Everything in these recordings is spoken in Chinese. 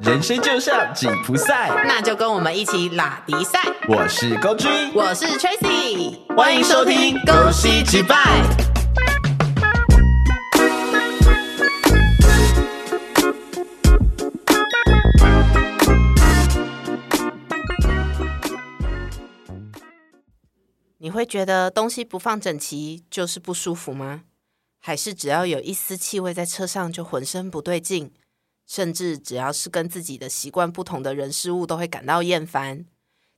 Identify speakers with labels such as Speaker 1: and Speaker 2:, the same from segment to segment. Speaker 1: 人生就像紧箍赛，
Speaker 2: 那就跟我们一起拉迪赛。
Speaker 1: 我是高君，
Speaker 2: 我是 Tracy，
Speaker 1: 欢迎收听
Speaker 2: 《
Speaker 1: 恭喜击败》。
Speaker 2: 你会觉得东西不放整齐就是不舒服吗？还是只要有一丝气味在车上就浑身不对劲？甚至只要是跟自己的习惯不同的人事物都会感到厌烦？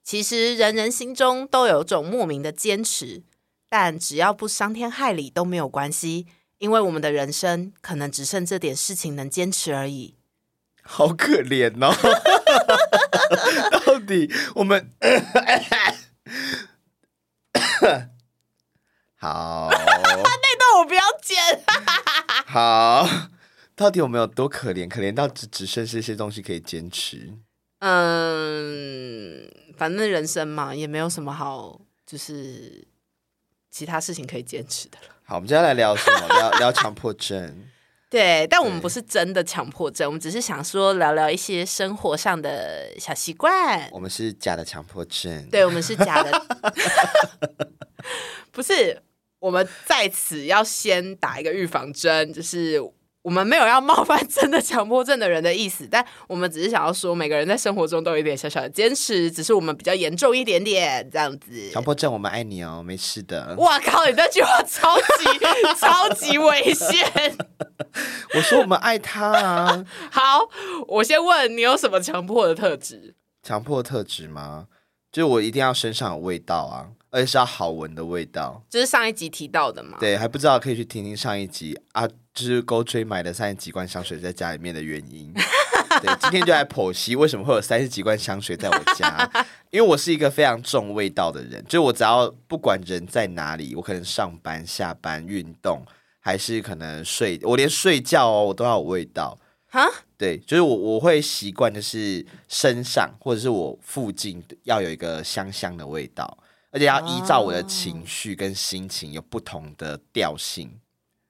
Speaker 2: 其实人人心中都有种莫名的坚持，但只要不伤天害理都没有关系，因为我们的人生可能只剩这点事情能坚持而已。
Speaker 1: 好可怜哦！ 到底我们 好
Speaker 2: 那段我不要 剪。
Speaker 1: 好，到底我们有多可怜？可怜到只只剩这些东西可以坚持。
Speaker 2: 嗯，反正人生嘛，也没有什么好，就是其他事情可以坚持的了。
Speaker 1: 好，我们接下来聊什么？ 聊聊强迫症。
Speaker 2: 对，但我们不是真的强迫症，我们只是想说聊聊一些生活上的小习惯。
Speaker 1: 我们是假的强迫症。
Speaker 2: 对，我们是假的， 不是。我们在此要先打一个预防针，就是我们没有要冒犯真的强迫症的人的意思，但我们只是想要说，每个人在生活中都有一点小小的坚持，只是我们比较严重一点点这样子。
Speaker 1: 强迫症，我们爱你哦，没事的。
Speaker 2: 哇靠！你这句话超级超级危险。
Speaker 1: 我说我们爱他啊，
Speaker 2: 好，我先问你有什么强迫的特质？
Speaker 1: 强迫特质吗？就我一定要身上有味道啊，而且是要好闻的味道。
Speaker 2: 就是上一集提到的嘛。
Speaker 1: 对，还不知道可以去听听上一集啊，就是勾追买的三十几罐香水在家里面的原因。对，今天就来剖析为什么会有三十几罐香水在我家，因为我是一个非常重味道的人，就我只要不管人在哪里，我可能上班、下班、运动，还是可能睡，我连睡觉哦，我都要有味道。
Speaker 2: 哈，
Speaker 1: 对，就是我我会习惯，就是身上或者是我附近要有一个香香的味道，而且要依照我的
Speaker 2: 哦
Speaker 1: 情绪跟心情有不同的调性。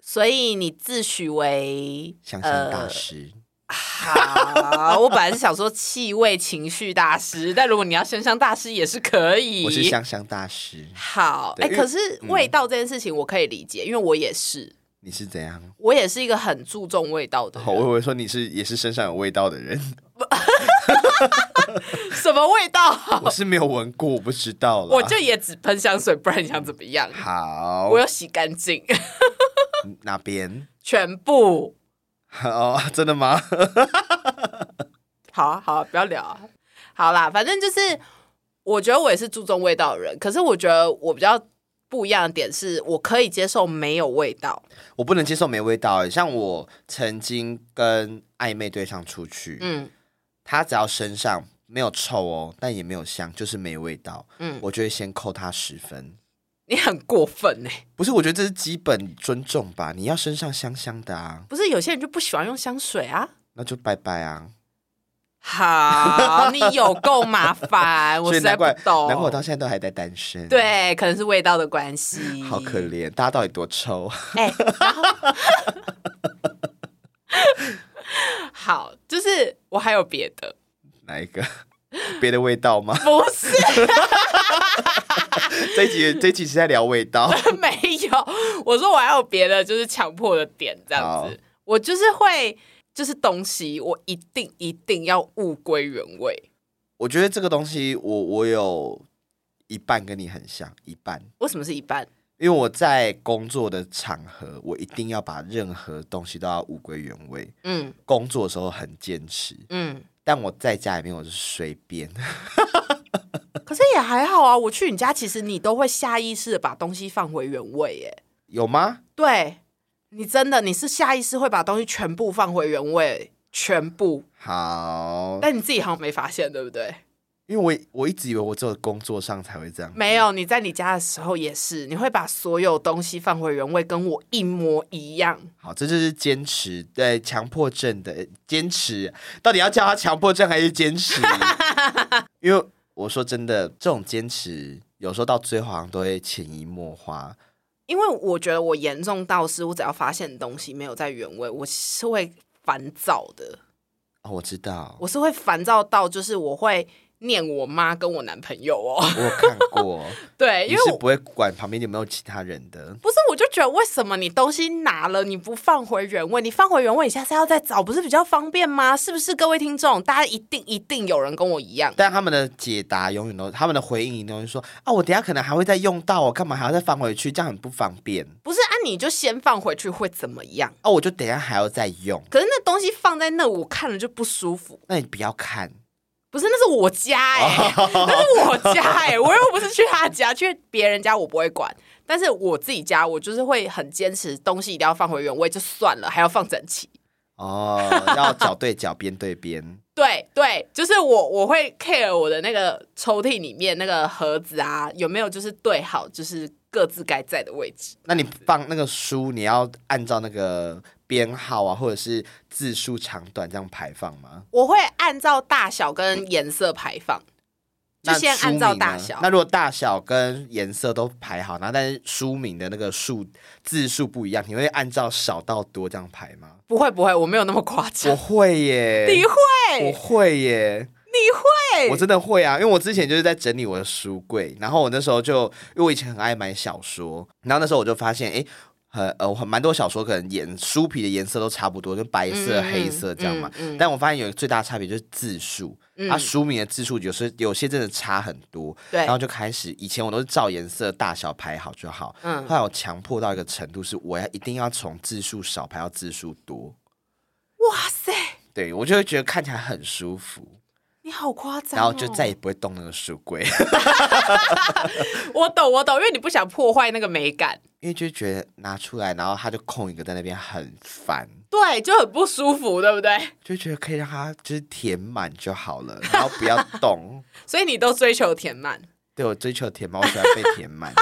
Speaker 2: 所以你自诩为
Speaker 1: 香
Speaker 2: 呃
Speaker 1: 香大师，
Speaker 2: 好，我本来是想说气味情绪大师，但如果你要香香大师也是可以。
Speaker 1: 我是香香大师，
Speaker 2: 好，
Speaker 1: 对
Speaker 2: 哎、
Speaker 1: 因为嗯
Speaker 2: 可是味道这件事情我可以理解，因为我也是，
Speaker 1: 你是怎样？
Speaker 2: 我也是一个很注重味道的
Speaker 1: 好，我以
Speaker 2: 人。
Speaker 1: 为说你是也是身上有味道的人，
Speaker 2: 什么味 道？
Speaker 1: 我是没有闻过，我不知道了。
Speaker 2: 我就也只喷香水，不然你想怎么样？
Speaker 1: 好
Speaker 2: 我，有洗干净，
Speaker 1: 哪边？
Speaker 2: 全部。
Speaker 1: 哦，真的吗？
Speaker 2: 好啊，好啊，不要聊啊。好啦，反正就是，我觉得我也是注重味道的人，可是我觉得我比较不一样的点是，我可以接受没有味道。
Speaker 1: 我不能接受没味道、欸。像我曾经跟暧昧对象出去，
Speaker 2: 嗯
Speaker 1: 他只要身上没有臭哦，但也没有香，就是没味道，
Speaker 2: 嗯，
Speaker 1: 我就会先扣他十分。
Speaker 2: 你很过分欸呢、
Speaker 1: 不是，我觉得这是基本尊重吧。你要身上香香的啊，
Speaker 2: 不是有些人就不喜欢用香水啊。
Speaker 1: 那就拜拜啊。
Speaker 2: 好， 你有够麻烦，我
Speaker 1: 所以
Speaker 2: 实在
Speaker 1: 难
Speaker 2: 不
Speaker 1: 怪，
Speaker 2: 懂。
Speaker 1: 难怪我到现在都还在单身。，
Speaker 2: 对，可能是味道的关系。
Speaker 1: 好可。怜，大家到底多臭？
Speaker 2: 哎、然后好，就是我还有别的，
Speaker 1: 哪一个？别的味道吗？
Speaker 2: 不是。
Speaker 1: 这一集这一集是在聊味道。
Speaker 2: 没有，我说我还有别的，就是强迫的点这样
Speaker 1: 好
Speaker 2: 子。我就是会，就是东西，我一定一定要物归原位。
Speaker 1: 我觉得这个东西我，我有一半跟你很像，一半。
Speaker 2: 为什么是一半？
Speaker 1: 因为我在工作的场合，我一定要把任何东西都要物归原位。
Speaker 2: 嗯
Speaker 1: 工作的时候很坚持，
Speaker 2: 嗯，
Speaker 1: 但我在家里面我就是随便。
Speaker 2: 可是也还好啊。我去你家，其实你都会下意识的把东西放回原位耶。
Speaker 1: 有吗？
Speaker 2: 对你真的，你是下意识会把东西全部放回原位，全部。
Speaker 1: 好，
Speaker 2: 但你自己好像没发现，对不对？
Speaker 1: 因为我我一直以为我只有工作上才会这样，
Speaker 2: 没有，你在你家的时候也是，你会把所有东西放回原位，跟我一模一样。
Speaker 1: 好，这就是坚持，对强迫症的坚持，到底要叫他强迫症还是坚持？因为我说真的，这种坚持有时候到最后好像都会潜移默化。
Speaker 2: 因为我觉得我严重到是，我只要发现东西没有在原位，我是会烦躁的。
Speaker 1: 哦，我知道，
Speaker 2: 我是会烦躁到，就是我会念我妈跟我男朋友哦。
Speaker 1: 我有看过，
Speaker 2: 对，因
Speaker 1: 你
Speaker 2: 为
Speaker 1: 是
Speaker 2: 我
Speaker 1: 不会管旁边有没有其他人的。
Speaker 2: 不是，我就觉得为什么你东西拿了你不放回原位？你放回原位，你下次要再找，不是比较方便吗？是不是？各位听众，大家一定一定有人跟我一样，
Speaker 1: 但他们的解答永远都，他们的回应永远说啊，我等一下可能还会再用到，哦我干嘛还要再放回去？这样很不方便。
Speaker 2: 不是啊？你就先放回去会怎么样？
Speaker 1: 哦，我就等一下还要再用，
Speaker 2: 可是那东西放在那，我看了就不舒服。
Speaker 1: 那你不要看。
Speaker 2: 不是，那是我家哎、那是我家哎、我又不是去他家，去别人家我不会管，但是我自己家我就是会很坚持，东西一定要放回原位就算了，还要放整齐。
Speaker 1: 哦，要脚对脚，边对边。
Speaker 2: 对对，就是我我会 care 我的那个抽屉里面那个盒子啊，有没有就是对好，就是各自该在的位置。
Speaker 1: 那你放那个书，你要按照那个编号啊，或者是字数长短这样排放吗？
Speaker 2: 我会按照大小跟颜色排放，就
Speaker 1: 那
Speaker 2: 先
Speaker 1: 书
Speaker 2: 按照
Speaker 1: 名呢
Speaker 2: 大小
Speaker 1: 那。如果大小跟颜色都排好，然后但是书名的那个数字数不一样，你会按照少到多这样排吗？
Speaker 2: 不会不会，我没有那么夸
Speaker 1: 我
Speaker 2: 张。
Speaker 1: 会耶，
Speaker 2: 你会
Speaker 1: 我会耶，
Speaker 2: 你会，
Speaker 1: 我真的会啊！因为我之前就是在整理我的书柜，然后我那时候就因为我以前很爱买小说，然后那时候我就发现，哎、很呃，我很蛮多小说可能颜书皮的颜色都差不多，就白色、
Speaker 2: 嗯嗯
Speaker 1: 黑色这样嘛。
Speaker 2: 嗯嗯
Speaker 1: 但我发现有一个最大的差别就是字数，
Speaker 2: 嗯
Speaker 1: 它、书名的字数有时有些真的差很多。
Speaker 2: 对
Speaker 1: 然，后就开始，以前我都是照颜色大小排好就好，
Speaker 2: 嗯
Speaker 1: 后来我强迫到一个程度，是我要一定要从字数少排到字数多，
Speaker 2: 哇塞，
Speaker 1: 对我就会觉得看起来很舒服，
Speaker 2: 你好夸张、哦。
Speaker 1: 然后就再也不会动那个书柜，
Speaker 2: 我懂我懂，因为你不想破坏那个美感，
Speaker 1: 因为就觉得拿出来，然后它就空一个在那边很烦，
Speaker 2: 对，就很不舒服，对不对？
Speaker 1: 就觉得可以让它就是填满就好了，然后不要动。
Speaker 2: 所以你都追求填满。
Speaker 1: 对我追求填满，我喜欢被填满，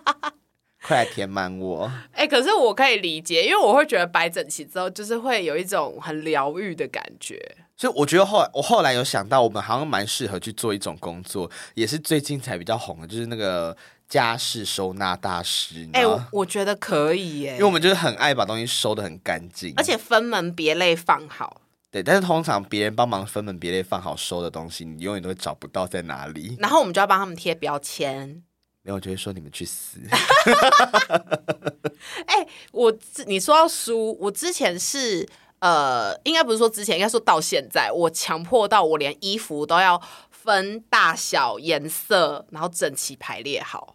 Speaker 1: 快来填满我。
Speaker 2: 哎、可是我可以理解，因为我会觉得摆整齐之后，就是会有一种很疗愈的感觉。
Speaker 1: 所以我觉得后来我后来有想到，我们好像蛮适合去做一种工作，也是最近才比较红的，就是那个家事收纳大师。哎、
Speaker 2: 哎、我我觉得可以耶
Speaker 1: 因为，我们就是很爱把东西收的很干净，
Speaker 2: 而且分门别类放好，
Speaker 1: 对，但是通常别人帮忙分门别类放好收的东西，你永远都会找不到在哪里。
Speaker 2: 然后我们就要帮他们贴标签。
Speaker 1: 然后我就会说你们去死。
Speaker 2: 我之你说到书，我之前是。呃，应该不是说之前，应该说到现在，我强迫到我连衣服都要分大小、颜色，然后整齐排列好。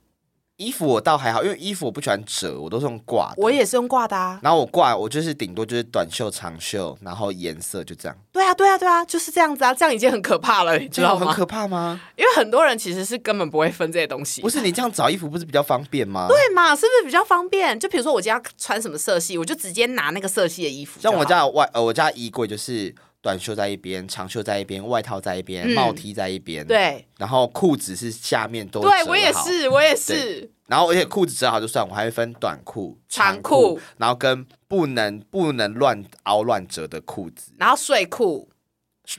Speaker 1: 衣服我倒还好，因为衣服我不喜欢折，我都是用挂的。
Speaker 2: 我也是用挂的啊，
Speaker 1: 然后我挂，我就是顶多就是短袖、长袖，然后颜色就这样。
Speaker 2: 对啊，对啊，对啊，就是这样子啊，这样已经很可怕了，你知
Speaker 1: 这啊
Speaker 2: 道
Speaker 1: 样很
Speaker 2: 吗？
Speaker 1: 可怕吗？
Speaker 2: 因为很多人其实是根本不会分这些东西，
Speaker 1: 不是你这样找衣服不是比较方便吗？对
Speaker 2: 对嘛？是不是比较方便？就比如说我今天要穿什么色系，我就直接拿那个色系的衣服就好。
Speaker 1: 像我家的外呃，我家的衣柜就是短袖在一边，长袖在一边，外套在一边，
Speaker 2: 嗯
Speaker 1: 帽 T 在一边，，
Speaker 2: 对，
Speaker 1: 然后裤子是下面都
Speaker 2: 对
Speaker 1: 折
Speaker 2: 我也
Speaker 1: 好，
Speaker 2: 是，我也是，
Speaker 1: 然后而且裤子折好就算，我还会分短裤、
Speaker 2: 长
Speaker 1: 裤，
Speaker 2: 裤
Speaker 1: 然后跟不能不能乱凹乱折的裤子，
Speaker 2: 然后睡裤，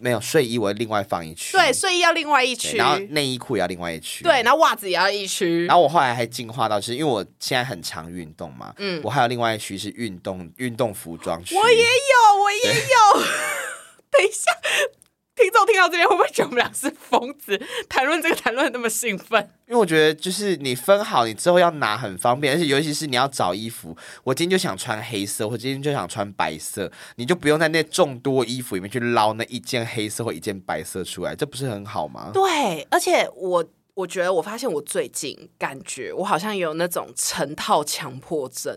Speaker 1: 没有睡衣我会另外放一区，
Speaker 2: 对，睡衣要另外一
Speaker 1: 嗯对
Speaker 2: 区，
Speaker 1: 然后内衣裤也要另外一区，
Speaker 2: 对，。然后袜子也要一区
Speaker 1: 然，后我后来还进化到，就是因为我现在很常运动嘛，
Speaker 2: 嗯
Speaker 1: 我还有另外一区是运动运动服装区，
Speaker 2: 我也有，我也有。 等一下，听众听到这边会不会觉得我们俩是疯子？谈论这个谈论得那么兴奋，
Speaker 1: 因为我觉得就是你分好，你之后要拿很方便，而且尤其是你要找衣服，我今天就想穿黑色，或今天就想穿白色，你就不用在那众多衣服里面去捞那一件黑色或一件白色出来，这不是很好吗？
Speaker 2: 对，而且我。我觉得我发现我最近感觉我好像有那种成套强迫症，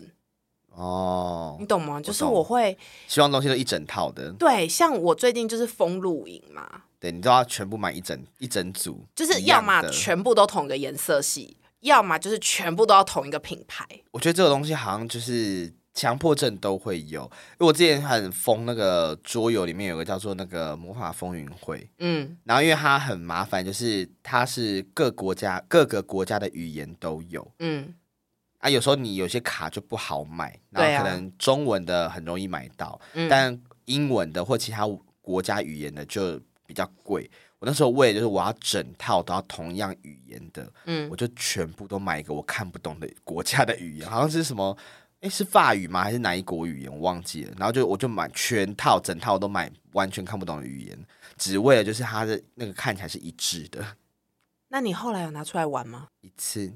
Speaker 1: 哦
Speaker 2: 你，懂吗？就是
Speaker 1: 懂
Speaker 2: 我会
Speaker 1: 希望东西都一整套的，
Speaker 2: 对，像我最近就是疯露营嘛，
Speaker 1: 对你都要全部买一整一整组，
Speaker 2: 就是
Speaker 1: 一
Speaker 2: 要
Speaker 1: 样
Speaker 2: 么
Speaker 1: 的
Speaker 2: 全部都同一个颜色系，要么就是全部都要同一个品牌。
Speaker 1: 我觉得这个东西好像就是强迫症都会有，因为我之前很疯那个桌游里面有个叫做那个魔法风云会。
Speaker 2: 嗯，
Speaker 1: 然后因为它很麻烦，就是它是各国家各个国家的语言都有
Speaker 2: 嗯，
Speaker 1: 啊，有时候你有些卡就不好买，
Speaker 2: 对啊
Speaker 1: 然后可能中文的很容易买到，
Speaker 2: 嗯
Speaker 1: 但英文的或其他国家语言的就比较贵。我那时候为了就是我要整套都要同样语言的，
Speaker 2: 嗯
Speaker 1: 我就全部都买一个我看不懂的国家的语言，好像是什么。诶，是法语吗？还是哪一国语言？我忘记了。然后就我就买全套，整套都买，完全看不懂的语言，只为了就是它的那个看起来是一致的。
Speaker 2: 那你后来有拿出来玩吗？
Speaker 1: 一次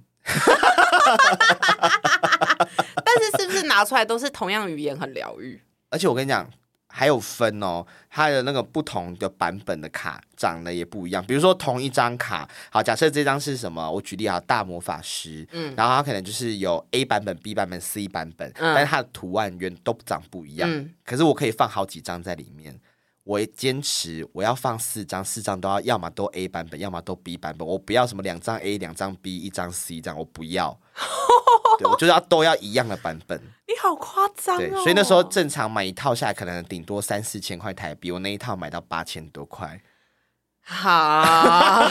Speaker 2: 但是是不是拿出来都是同样语言很疗愈？
Speaker 1: 而且我跟你讲，还有分哦，它的那个不同的版本的卡长得也不一样。比如说同一张卡，好，假设这张是什么？我举例啊，大魔法师，
Speaker 2: 嗯
Speaker 1: 嗯，然后它可能就是有 A 版本、B 版本、C 版本，
Speaker 2: 嗯
Speaker 1: 但是它的图案原都长不一样。
Speaker 2: 嗯
Speaker 1: 可是我可以放好几张在里面。我坚持我要放四张，四张都要，要么都 A 版本，要么都 B 版本。我不要什么两张 A、两张 B、一张 C 这样，我不要。对，我就是要都要一样的版本。
Speaker 2: 你好夸张
Speaker 1: 对，
Speaker 2: 哦！
Speaker 1: 所以那时候正常买一套下来，可能顶多三四千块台币，我那一套买到八千多块。
Speaker 2: 好，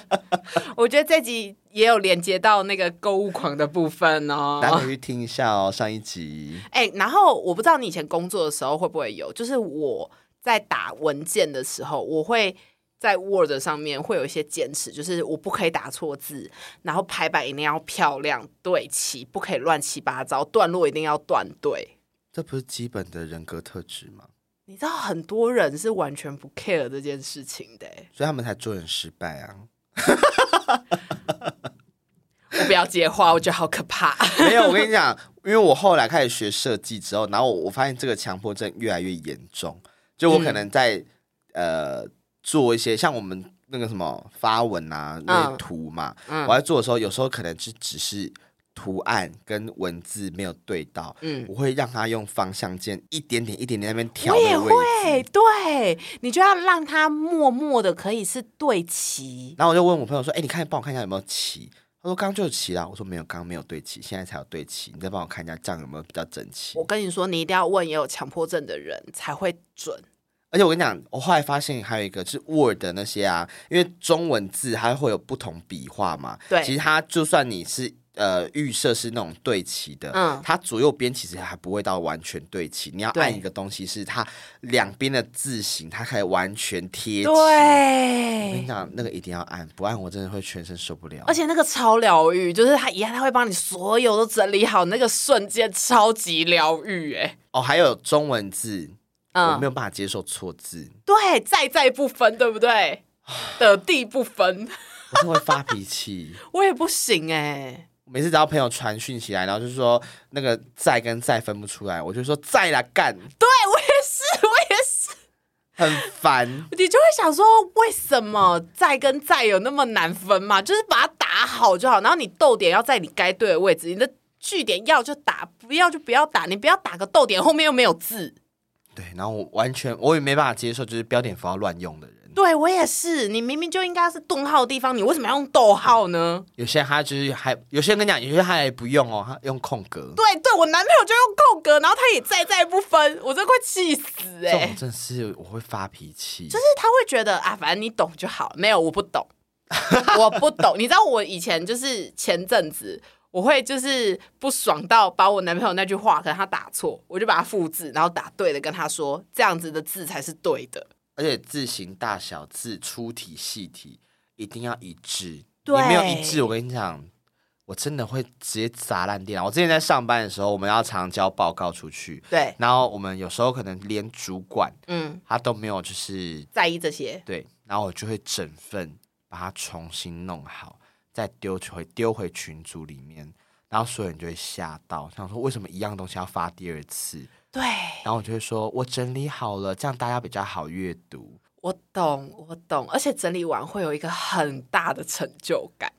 Speaker 2: 我觉得这集也有连接到那个购物狂的部分哦。
Speaker 1: 大家可以去听一下哦，上一集
Speaker 2: 哎、然后我不知道你以前工作的时候会不会有，就是我在打文件的时候，我会在 Word 上面会有一些坚持，就是我不可以打错字，然后排版一定要漂亮对齐，不可以乱七八糟，段落一定要断对。
Speaker 1: 这不是基本的人格特质吗？
Speaker 2: 你知道很多人是完全不 care 这件事情的、哎
Speaker 1: 所以他们才做人失败啊！
Speaker 2: 我不要接话，我觉得好可怕。
Speaker 1: 没有，我跟你讲，因为我后来开始学设计之后，然后我我发现这个强迫症越来越严重，就
Speaker 2: 嗯
Speaker 1: 我可能在、呃做一些像我们那个什么发文啊那些图嘛，
Speaker 2: 嗯
Speaker 1: 我在做的时候，有时候可能是只是图案跟文字没有对到，
Speaker 2: 嗯，
Speaker 1: 我会让他用方向键一点点、一点点在那边调
Speaker 2: 我也
Speaker 1: 那个位
Speaker 2: 会
Speaker 1: 置。，
Speaker 2: 对你就要让它默默的可以是对齐。
Speaker 1: 然后我就问我朋友说：“哎、你看，帮我看一下有没有齐？”他说：“刚刚就有齐啦。”我说：“没有，刚刚没有对齐，现在才有对齐。你再帮我看一下，这样有没有比较整齐
Speaker 2: 我跟你说，你一定要问也有强迫症的人才会准。？”
Speaker 1: 而且我跟你讲，我后来发现还有一个是 Word 的那些啊，因为中文字它会有不同笔画嘛。
Speaker 2: 对
Speaker 1: 其实它就算你是呃预设是那种对齐的，
Speaker 2: 嗯
Speaker 1: 它左右边其实还不会到完全对齐。你要
Speaker 2: 对
Speaker 1: 按一个东西是它两边的字形，它才完全贴齐。我跟你
Speaker 2: 对，
Speaker 1: 讲，那个一定要按，不按我真的会全身受不了。
Speaker 2: 哎 而且那个超疗愈，就是他一样，他会帮你所有都整理好，那个瞬间超级疗愈，哎，
Speaker 1: 哦，还有中文字，我没
Speaker 2: 嗯，
Speaker 1: 有办法接受错字，
Speaker 2: 对，在在不分，对不 对？的地不分，
Speaker 1: 我是会发脾气。
Speaker 2: 我也不行哎，
Speaker 1: 每次只要朋友传讯起来，然后就说那个在跟在分不出来，我就说在啦干，
Speaker 2: 对我也是，我也是。
Speaker 1: 很烦。
Speaker 2: 你就会想说，为什么在跟在有那么难分嘛？就是把它打好就好，然后你逗点要在你该对的位置，你的句点要就打，不要就不要打，你不要打个逗点，后面又没有字。
Speaker 1: 对，然后我完全我也没办法接受，就是标点符号乱用的人。
Speaker 2: 对我也是，你明明就应该是顿号的地方，你为什么要用逗号呢？
Speaker 1: 有些人他就是还有些人跟你讲，有些人他也不用哦，他用空格。
Speaker 2: 对对，我男朋友就用空格，然后他也在在不分，我真的快气死
Speaker 1: 这
Speaker 2: 哎、
Speaker 1: 种真的是我会发脾气，就是
Speaker 2: 就是他会觉得啊，反正你懂就好。没有，我不懂， 我不懂。你知道我以前就是前阵子，我会就是不爽到把我男朋友那句话，可能他打错，我就把它复制，然后打对的跟他说，这样子的字才是对的。
Speaker 1: 而且字形大小、字粗体、细体一定要一致。
Speaker 2: 对
Speaker 1: 你没有一致，我跟你讲，我真的会直接砸烂电脑。我之前在上班的时候，我们要常交报告出去，
Speaker 2: 对，
Speaker 1: 然后我们有时候可能连主管
Speaker 2: 嗯，
Speaker 1: 他都没有，就是
Speaker 2: 在意这些，
Speaker 1: 对，然后我就会整份把它重新弄好，再丢回丢回群组里面。然后所有人就会吓到，想说为什么一样东西要发第二次？
Speaker 2: 对
Speaker 1: 然后我就会说，我整理好了，这样大家比较好阅读。
Speaker 2: 我懂，我懂。而且整理完会有一个很大的成就感，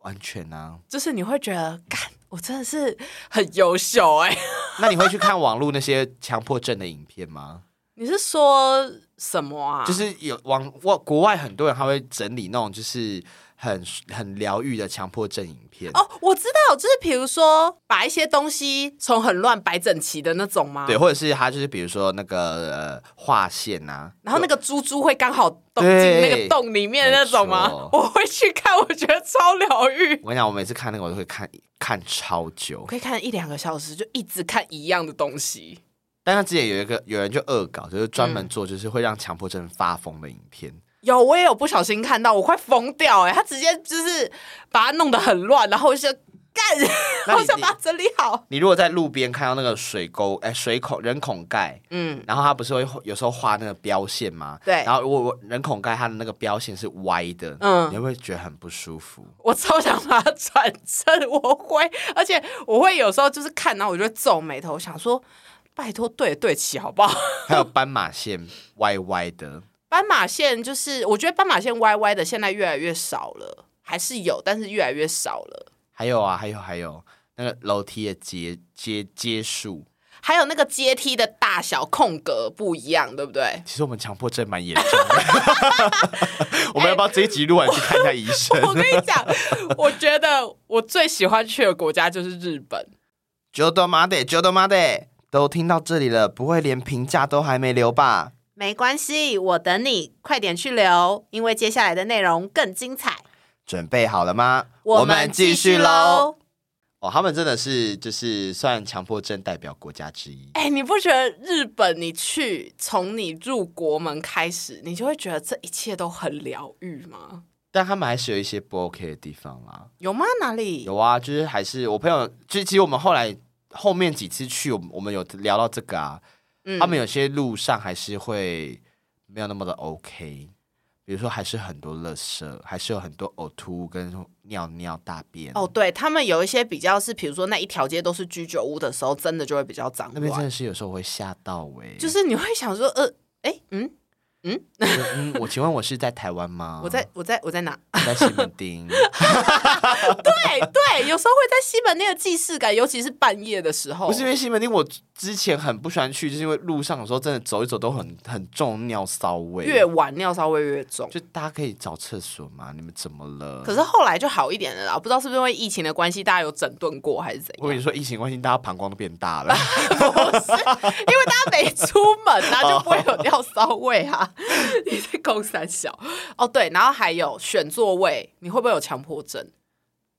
Speaker 1: 完全啊，
Speaker 2: 就是你会觉得，干，我真的是很优秀哎、
Speaker 1: 那你会去看网络那些强迫症的影片吗？
Speaker 2: 你是说什么 啊？
Speaker 1: 就是有网外国外很多人他会整理那种就是很很疗愈的强迫症影片，
Speaker 2: 哦，我知道，就是比如说把一些东西从很乱摆整齐的那种吗？
Speaker 1: 对，。或者是他就是比如说那个、呃、划线啊，
Speaker 2: 然后那个珠珠会刚好洞进
Speaker 1: 对
Speaker 2: 那个洞里面的那种
Speaker 1: 没
Speaker 2: 吗
Speaker 1: 错？
Speaker 2: 我会去看，我觉得超疗愈。
Speaker 1: 我跟你讲，我每次看那个我都会看看超久
Speaker 2: 我。可以看一两个小时，就一直看一样的东西。
Speaker 1: 但他之前有一个有人就恶搞，就是专
Speaker 2: 嗯
Speaker 1: 门做就是会让强迫症发疯的影片。
Speaker 2: 有，我也欸有不小心看到，我快疯掉哎、他直接就是把它弄得很乱，然后我就
Speaker 1: 那
Speaker 2: 干，
Speaker 1: 你
Speaker 2: 我想把它整理好。
Speaker 1: 你如果在路边看到那个水沟，哎、水孔人孔盖，
Speaker 2: 嗯，
Speaker 1: 然后它不是会有时候画那个标线吗？
Speaker 2: 对
Speaker 1: 然后如果人孔盖它的那个标线是歪的，
Speaker 2: 嗯
Speaker 1: 你会不会觉得很不舒服？
Speaker 2: 我超想把它转正，我会，而且我会有时候就是看，然后我就会皱眉头，想说拜托对得对齐好不好？
Speaker 1: 还有斑马线 歪歪的，
Speaker 2: 斑马线就是，我觉得斑马线歪歪的现在越来越少了，还是有，但是越来越少了。
Speaker 1: 还有啊，还有还有那个楼梯的阶阶阶数，
Speaker 2: 还有那个阶梯的大小空格不一样，对不对？
Speaker 1: 其实我们强迫症蛮严重的。我们要不要这一集录完去看一下医生？
Speaker 2: 我跟你讲，我觉得我最喜欢去的国家就是日本。
Speaker 1: 就都妈的，就都妈的，都听到这里了，不会连评价都还没留吧？
Speaker 2: 没关系，我等你，快点去留，因为接下来的内容更精彩。
Speaker 1: 准备好了吗？。。哦，他们真的是就是算强迫症代表国家之一。
Speaker 2: 哎、你不觉得日本你去，从你入国门开始，你就会觉得这一切都很疗愈吗？
Speaker 1: 但他们还是有一些不 OK 的地方啦。
Speaker 2: 有吗？哪里？
Speaker 1: 有啊，就是还是我朋友，就是其实我们后来后面几次去，我们我们有聊到这个啊，
Speaker 2: 嗯
Speaker 1: 他们有些路上还是会没有那么的 OK，比如说还是很多垃圾，还是有很多呕吐跟尿尿大便。
Speaker 2: 哦，，对他们有一些比较是，比如说那一条街都是居酒屋的时候，真的就会比较脏
Speaker 1: 那边真
Speaker 2: 乱，
Speaker 1: 的是有时候我会吓到哎、欸，
Speaker 2: 就是你会想说，呃，哎，嗯，
Speaker 1: 嗯，我请问我是在台湾吗？
Speaker 2: 我在我在我在哪？
Speaker 1: 我在西门町，
Speaker 2: 对对，有时候会在西门那个既视感，尤其是半夜的时候，
Speaker 1: 不是因为西门町，我之前很不喜欢去，就是因为路上有时候真的走一走都很很重尿骚味，
Speaker 2: 越晚尿骚味越重。
Speaker 1: 就大家可以找厕所嘛？你们怎么了？
Speaker 2: 可是后来就好一点了啦，不知道是不是因为疫情的关系，大家有整顿过还是怎
Speaker 1: 我
Speaker 2: 样？
Speaker 1: 跟你说，疫情关系，大家膀胱都变大 了。
Speaker 2: 因为大家没出门啊，就不会有尿骚味啊。你在公三小哦，对，然后还有选座位，你会不会有强迫症？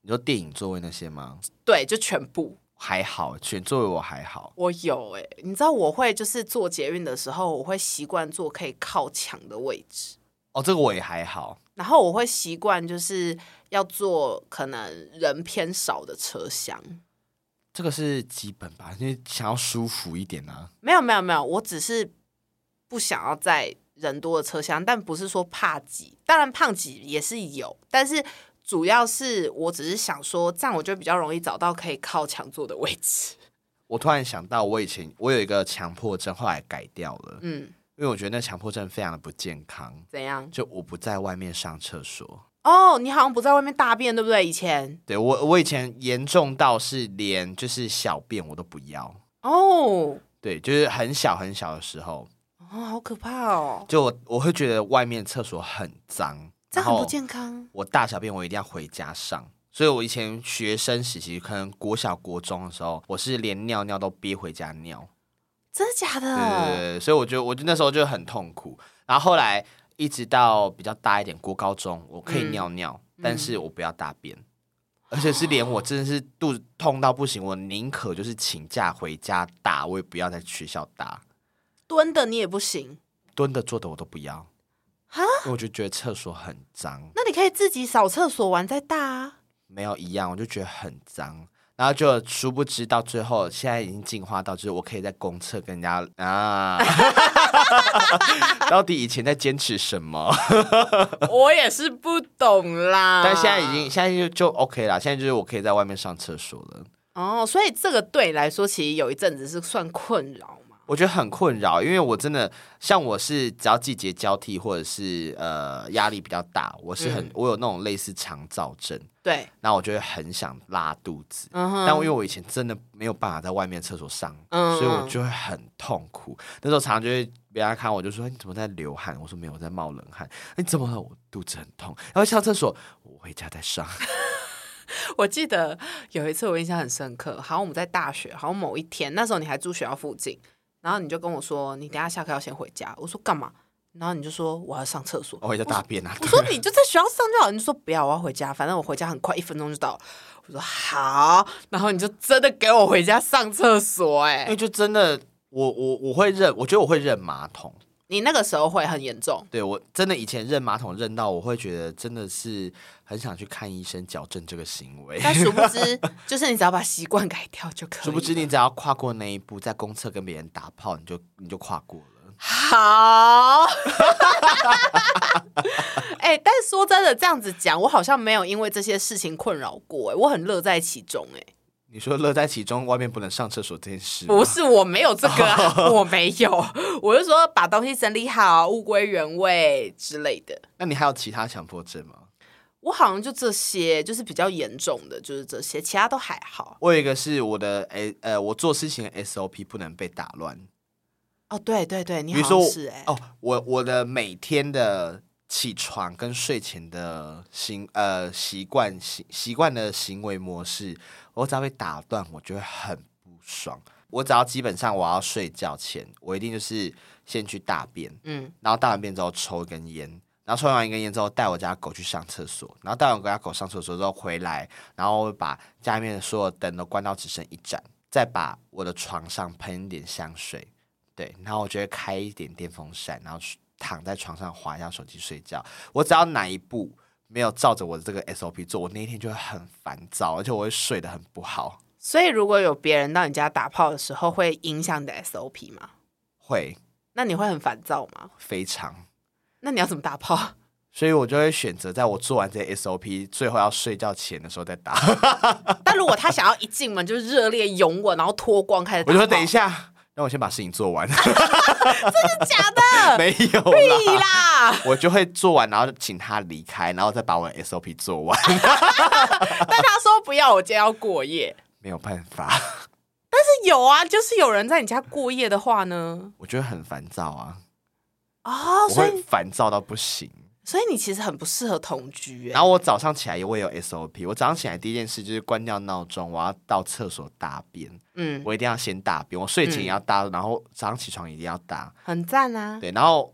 Speaker 1: 你说电影座位那些吗？
Speaker 2: 对，就全部。
Speaker 1: 还好，选座位我还好。
Speaker 2: 我有哎、你知道我会就是坐捷运的时候，我会习惯坐可以靠墙的位置，
Speaker 1: 哦，这个我也还好。
Speaker 2: 然后我会习惯就是要坐可能人偏少的车厢。
Speaker 1: 这个是基本吧，因为想要舒服一点啊。
Speaker 2: 没有没有没有，我只是不想要在人多的车厢，但不是说怕挤，当然胖挤也是有，但是主要是我只是想说，这样我就比较容易找到可以靠墙坐的位置。
Speaker 1: 我突然想到，我以前我有一个强迫症，后来改掉了，
Speaker 2: 嗯，
Speaker 1: 因为我觉得那强迫症非常的不健康。
Speaker 2: 怎样？
Speaker 1: 就我不在外面上厕所，
Speaker 2: 哦，你好像不在外面大便，对不对？以前
Speaker 1: 对我我以前严重到是连就是小便我都不要，
Speaker 2: 哦。
Speaker 1: 对，就是很小很小的时候，
Speaker 2: 哦，好可怕哦！
Speaker 1: 就我我会觉得外面厕所很脏，
Speaker 2: 这
Speaker 1: 然
Speaker 2: 样很
Speaker 1: 后
Speaker 2: 不健康。
Speaker 1: 我大小便我一定要回家上。所以我以前学生时期，可能国小、国中的时候，我是连尿尿都憋回家尿。
Speaker 2: 真的假
Speaker 1: 对对对
Speaker 2: 的？
Speaker 1: 对，所以我觉得，我就那时候就很痛苦。然后后来一直到比较大一点，国高中，我可以
Speaker 2: 嗯
Speaker 1: 尿尿，但是我不要大便，而且是连我真的是肚子痛到不行，我宁可就是请假回家打，我也不要在学校打，
Speaker 2: 蹲的你也不行，
Speaker 1: 蹲的坐的我都不要。
Speaker 2: 哈
Speaker 1: 因为我就觉得厕所很脏，
Speaker 2: 那你可以自己扫厕所完再大啊。
Speaker 1: 没有一样，我就觉得很脏。然后就殊不知到最后，现在已经进化到就是我可以在公厕跟人家啊， 到底以前在坚持什么？
Speaker 2: 我也是不懂啦
Speaker 1: 但现在已经现在就就 OK 啦，现在就是我可以在外面上厕所了。
Speaker 2: 哦，所以这个对你来说，其实有一阵子是算困扰嘛。
Speaker 1: 我觉得很困扰，因为我真的像我是只要季节交替或者是呃压力比较大，我是很、
Speaker 2: 嗯
Speaker 1: 我有那种类似肠燥症，
Speaker 2: 对，
Speaker 1: 那我就会很想拉肚子。
Speaker 2: 嗯哼
Speaker 1: 但因为我以前真的没有办法在外面厕所上，
Speaker 2: 嗯
Speaker 1: 所以我就会很痛苦。那时候常常就会别人看我就说你怎么在流汗？我说没有，我在冒冷汗。哎你怎么了？我肚子很痛，然后上厕所，我回家再上。
Speaker 2: 我记得有一次我印象很深刻，好像我们在大学，好像某一天，那时候你还住学校附近，然后你就跟我说，你等一下下课要先回家。我说干嘛？然后你就说我要上厕所。
Speaker 1: 我回家大便啊！
Speaker 2: 我说你就在学校上就好，你就说不要，我要回家，反正我回家很快，一分钟就到了。我说好，然后你就真的给我回家上厕所、
Speaker 1: 因
Speaker 2: 哎
Speaker 1: 为，就真的，我我我会认，我觉得我会认马桶，
Speaker 2: 你那个时候会很严重，
Speaker 1: 对我真的以前认马桶认到，我会觉得真的是很想去看医生矫正这个行为。
Speaker 2: 但殊不知， 就是你只要把习惯改掉就可以了。
Speaker 1: 殊不知你只要跨过那一步，在公厕跟别人打炮，你就你就跨过了。
Speaker 2: 好， 哎、但说真的，这样子讲，我好像没有因为这些事情困扰过、哎，我很乐在其中、哎，
Speaker 1: 你说乐在其中，外面不能上厕所这件事吗，
Speaker 2: 不是我没有这 个、啊，我没有，我就说把东西整理好，物归原位之类的。
Speaker 1: 那你还有其他强迫症吗？
Speaker 2: 我好像就这些，就是比较严重的，就是这些，其他都还好。
Speaker 1: 我有一个是我的诶呃，我做事情的 SOP 不能被打乱。
Speaker 2: 哦，对对对，你
Speaker 1: 比如
Speaker 2: 好
Speaker 1: 说
Speaker 2: 像是哎、
Speaker 1: 哦，我我的每天的起床跟睡前的行呃习惯习习惯的行为模式，我只要被打断，我就会很不爽。我只要基本上我要睡觉前，我一定就是先去大便，
Speaker 2: 嗯，
Speaker 1: 然后大完便之后抽一根烟，然后抽完一根烟之后带我家狗去上厕所，然后带我家狗上厕所之后回来，然后把家里面的所有灯都关到只剩一盏，再把我的床上喷一点香水，对，然后我就会开一点电风扇，然后去躺在床上划一下手机睡觉。我只要哪一步没有照着我的这个 SOP 做，我那一天就会很烦躁，而且我会睡得很不好，
Speaker 2: 所以如果有别人到你家打炮的时候，会影响你的 SOP 吗？
Speaker 1: 会
Speaker 2: 那你会很烦躁吗？
Speaker 1: 非常。
Speaker 2: 那你要怎么打炮？
Speaker 1: 所以我就会选择在我做完这些 SOP 最后要睡觉前的时候再打。
Speaker 2: 但如果他想要一进门就热烈拥我，然后脱光开始
Speaker 1: 我
Speaker 2: 打炮，
Speaker 1: 就说等 一下，让我先把事情做完。
Speaker 2: 假 的，
Speaker 1: 没有啦，
Speaker 2: 屁啦！
Speaker 1: 我就会做完，然后请他离开，然后再把我的 SOP 做 完。
Speaker 2: 但他说不要，我今天要过夜。
Speaker 1: 没有办法，
Speaker 2: 是有啊，就是有人在你家过夜的话呢，
Speaker 1: 我觉得很烦躁啊，
Speaker 2: 哦，
Speaker 1: 我
Speaker 2: 所
Speaker 1: 会
Speaker 2: 以
Speaker 1: 烦躁到不行。
Speaker 2: 所以你其实很不适合同居哎
Speaker 1: 然。后我早上起来我也有 SOP，我早上起来第一件事就是关掉闹钟，我要到厕所大便，
Speaker 2: 嗯，
Speaker 1: 我一定要先大便，我睡前也要大，然后早上起床一定要大。
Speaker 2: 很赞啊。
Speaker 1: 对，然后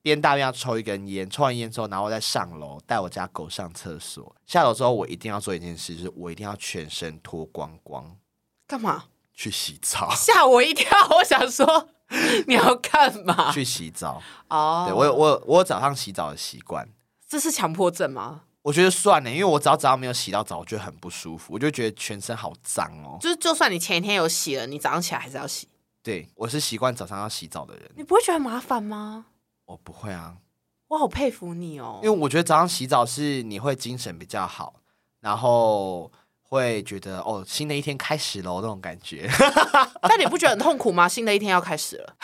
Speaker 1: 边大便要抽一根烟，抽完烟之后，然后再上楼带我家狗上厕所。下楼之后，我一定要做一件事，就是我一定要全身脱光光
Speaker 2: 干嘛？，
Speaker 1: 去洗澡
Speaker 2: 吓我一跳！ 我想说你要干嘛？
Speaker 1: 去洗澡。
Speaker 2: 哦，
Speaker 1: 对我有我有我有早上洗澡的习惯，
Speaker 2: 这是强迫症吗？
Speaker 1: 我觉得算了，因为我只要早上没有洗到澡，我就很不舒服，我就觉得全身好脏哦。
Speaker 2: 就是就算你前一天有洗了，你早上起来还是要洗，
Speaker 1: 对，我是习惯早上要洗澡的人，
Speaker 2: 你不会觉得很麻烦吗？
Speaker 1: 我不会啊，
Speaker 2: 我好佩服你哦
Speaker 1: 因为，我觉得早上洗澡是你会精神比较好，然后会觉得哦，新的一天开始喽那种感觉。
Speaker 2: 但你不觉得很痛苦吗？新的一天要开始了，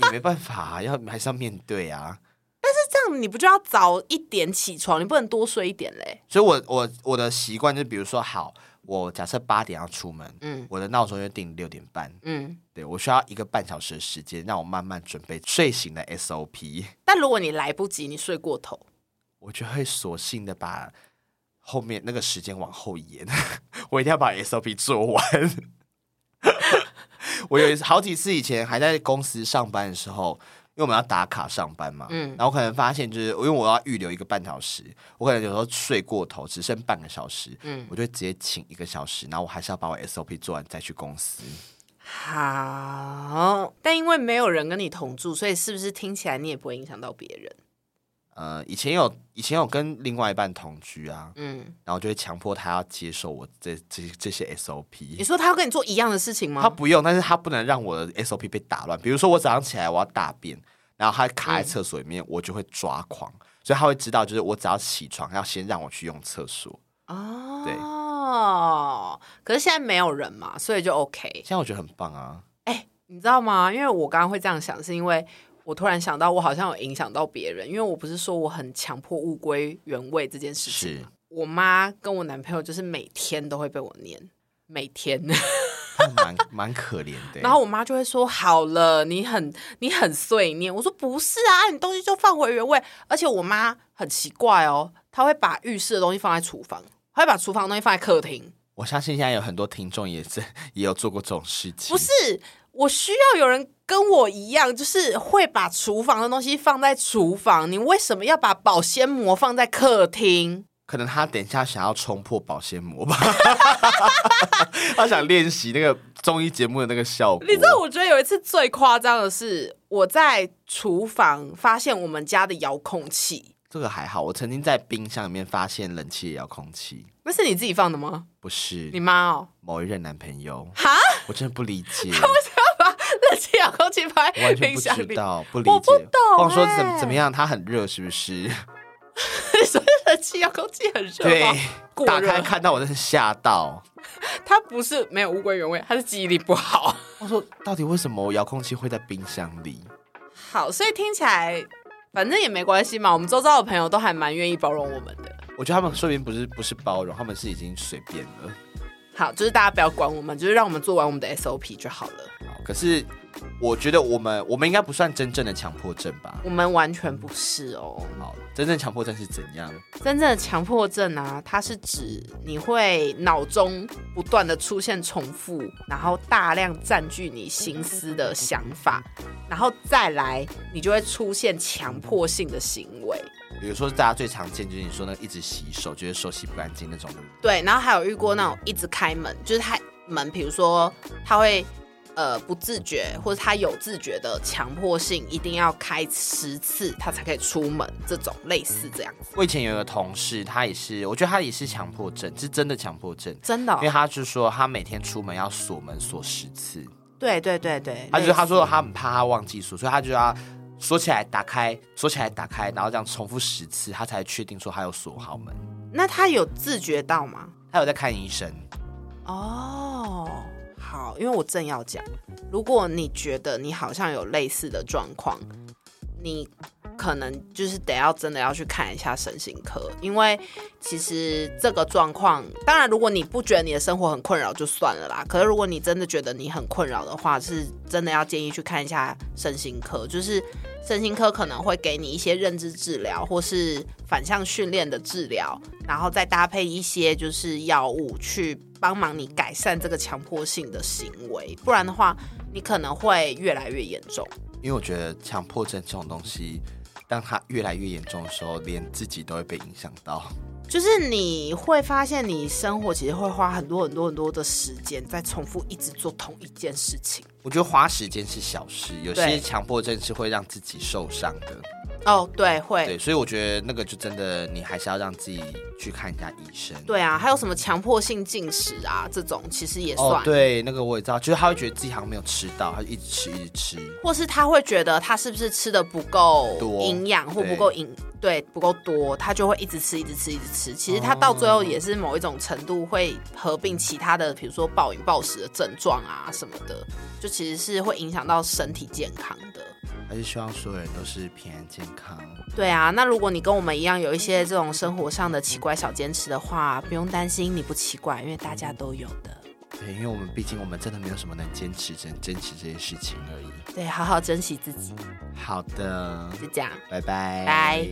Speaker 1: 我也没办法、啊，要还是要面对啊。
Speaker 2: 那这样你不就要早一点起床？你不能多睡一点嘞？
Speaker 1: 所以我，我我的习惯就比如说，好，我假设八点要出门，
Speaker 2: 嗯
Speaker 1: 我的闹钟就定六点半，
Speaker 2: 嗯。
Speaker 1: 对我需要一个半小时的时间，让我慢慢准备睡醒的 SOP，
Speaker 2: 但如果你来不及，你睡过头，
Speaker 1: 我就会索性的把后面那个时间往后延， 我一定要把 SOP 做完。我有一次好几次以前还在公司上班的时候，因为我们要打卡上班嘛，
Speaker 2: 嗯
Speaker 1: 然后可能发现就是因为我要预留一个半小时，我可能有时候睡过头，只剩半个小时，
Speaker 2: 嗯
Speaker 1: 我就直接请一个小时，然后我还是要把我 SOP 做完再去公司。
Speaker 2: 好，但因为没有人跟你同住，所以是不是听起来你也不会影响到别人？
Speaker 1: 呃，以前有以前有跟另外一半同居啊，
Speaker 2: 嗯，
Speaker 1: 然后就会强迫他要接受我这这这些 SOP。
Speaker 2: 你说他要跟你做一样的事情吗？
Speaker 1: 他不用，但是他不能让我的 SOP 被打乱。比如说我早上起来我要大便，然后他卡在厕所里面，我就会抓狂。所以他会知道，就是我只要起床，要先让我去用厕所。
Speaker 2: 哦，可是现在没有人嘛，所以就 OK。
Speaker 1: 现在我觉得很棒啊！
Speaker 2: 哎、你知道吗？因为我刚刚会这样想，是因为我突然想到，我好像有影响到别人，因为我不是说我很强迫物归原位这件事情
Speaker 1: 是
Speaker 2: 嘛。我妈跟我男朋友就是每天都会被我念，每天。
Speaker 1: 他们蛮 蛮可怜的欸。
Speaker 2: 然后我妈就会说：“好了，你很你很碎念。”我说：“不是啊，你东西就放回原位。”而且我妈很奇怪哦，她会把浴室的东西放在厨房，她会把厨房的东西放在客厅。
Speaker 1: 我相信现在有很多听众也是 也有做过这种事情。
Speaker 2: 不是，我需要有人跟我一样，就是会把厨房的东西放在厨房。你为什么要把保鲜膜放在客厅？
Speaker 1: 可能他等一下想要冲破保鲜膜吧， 他想练习那个综艺节目的那个效果。
Speaker 2: 你知道，我觉得有一次最夸张的是，我在厨房发现我们家的遥控器，
Speaker 1: 这个还好，我曾经在冰箱里面发现冷气的遥控器，
Speaker 2: 那是你自己放的吗？
Speaker 1: 不是
Speaker 2: 你妈哦，
Speaker 1: 某一任男朋友，
Speaker 2: 哈，
Speaker 1: 我真的不理解，
Speaker 2: 那气遥控器放
Speaker 1: 我
Speaker 2: 在
Speaker 1: 完全
Speaker 2: 冰
Speaker 1: 不
Speaker 2: 箱
Speaker 1: 知
Speaker 2: 里，
Speaker 1: 道，不理解。
Speaker 2: 我不懂
Speaker 1: 我想说怎么
Speaker 2: 欸
Speaker 1: 怎么样，他很热是不 是？
Speaker 2: 所以冷气遥控器很热
Speaker 1: 对
Speaker 2: 吗？，过
Speaker 1: 打
Speaker 2: 热
Speaker 1: 开看到我真是吓到，
Speaker 2: 它不是没有物归原位，它是记忆力不好。
Speaker 1: 我说到底为什么遥控器会在冰箱里？
Speaker 2: 好，所以听起来反正也没关系嘛，我们周遭的朋友都还蛮愿意包容我们的。
Speaker 1: 我觉得他们说明不是不是包容，他们是已经随便了。
Speaker 2: 好，就是大家不要管我们，就是让我们做完我们的 SOP 就好了。
Speaker 1: 好可是我觉得我们我们应该不算真正的强迫症吧？
Speaker 2: 我们完全不是哦。
Speaker 1: 好，真正强迫症是怎样？
Speaker 2: 真正的强迫症啊，它是指你会脑中不断的出现重复，然后大量占据你心思的想法，然后再来你就会出现强迫性的行为。
Speaker 1: 比如说大家最常见就是你说那个一直洗手，觉得手洗不干净那种的。
Speaker 2: 对，然后还有遇过那种一直开门，就是他门，比如说他会呃不自觉，或者他有自觉的强迫性，一定要开十次他才可以出门，这种类似这样子，
Speaker 1: 我以前有一个同事，他也是，我觉得他也是强迫症，是真的强迫症，
Speaker 2: 真的哦、
Speaker 1: 因为他就说他每天出门要锁门锁十次，
Speaker 2: 对对对对，
Speaker 1: 他
Speaker 2: 类
Speaker 1: 就
Speaker 2: 似
Speaker 1: 他说他很怕他忘记锁，所以他就要锁起来打开，锁起来打开，然后这样重复十次，他才确定说他有锁好门。
Speaker 2: 那他有自觉到吗？
Speaker 1: 他有在看医生，
Speaker 2: 哦，好，因为我正要讲，如果你觉得你好像有类似的状况，你可能就是得要真的要去看一下身心科，因为其实这个状况，当然如果你不觉得你的生活很困扰就算了啦，可是如果你真的觉得你很困扰的话，是真的要建议去看一下身心科，就是。身心科可能会给你一些认知治疗或是反向训练的治疗，然后再搭配一些就是药物去帮忙你改善这个强迫性的行为，不然的话，你可能会越来越严重。
Speaker 1: 因为我觉得强迫症这种东西，当他越来越严重的时候，连自己都会被影响到。
Speaker 2: 就是你会发现，你生活其实会花很多很多很多的时间在重复一直做同一件事情。
Speaker 1: 我觉得花时间是小事，有些
Speaker 2: 对
Speaker 1: 强迫症是会让自己受伤的。
Speaker 2: 哦，对，会，
Speaker 1: 对，所以我觉得那个就真的，你还是要让自己去看一下医生。
Speaker 2: 对啊，还有什么强迫性进食啊，这种其实也算。
Speaker 1: 哦，对，那个我也知道，就是他会觉得自己好像没有吃到，他就一直吃，一直吃。
Speaker 2: 或是他会觉得他是不是吃的不够
Speaker 1: 多
Speaker 2: 营养或
Speaker 1: 对
Speaker 2: 不够营对不够多，他就会一直吃一直吃一直吃。其实他到最后
Speaker 1: 哦
Speaker 2: 也是某一种程度会合并其他的，比如说暴饮暴食的症状啊什么的，就其实是会影响到身体健康的。
Speaker 1: 还是希望所有人都是平安健康。
Speaker 2: 对啊，那如果你跟我们一样有一些这种生活上的奇怪小坚持的话，不用担心你不奇怪，因为大家都有的。
Speaker 1: 对，因为我们毕竟我们真的没有什么能坚持，只能坚持这件事情而已。
Speaker 2: 对，好好珍惜自己，
Speaker 1: 好的，
Speaker 2: 就这样。
Speaker 1: 拜拜，
Speaker 2: 拜。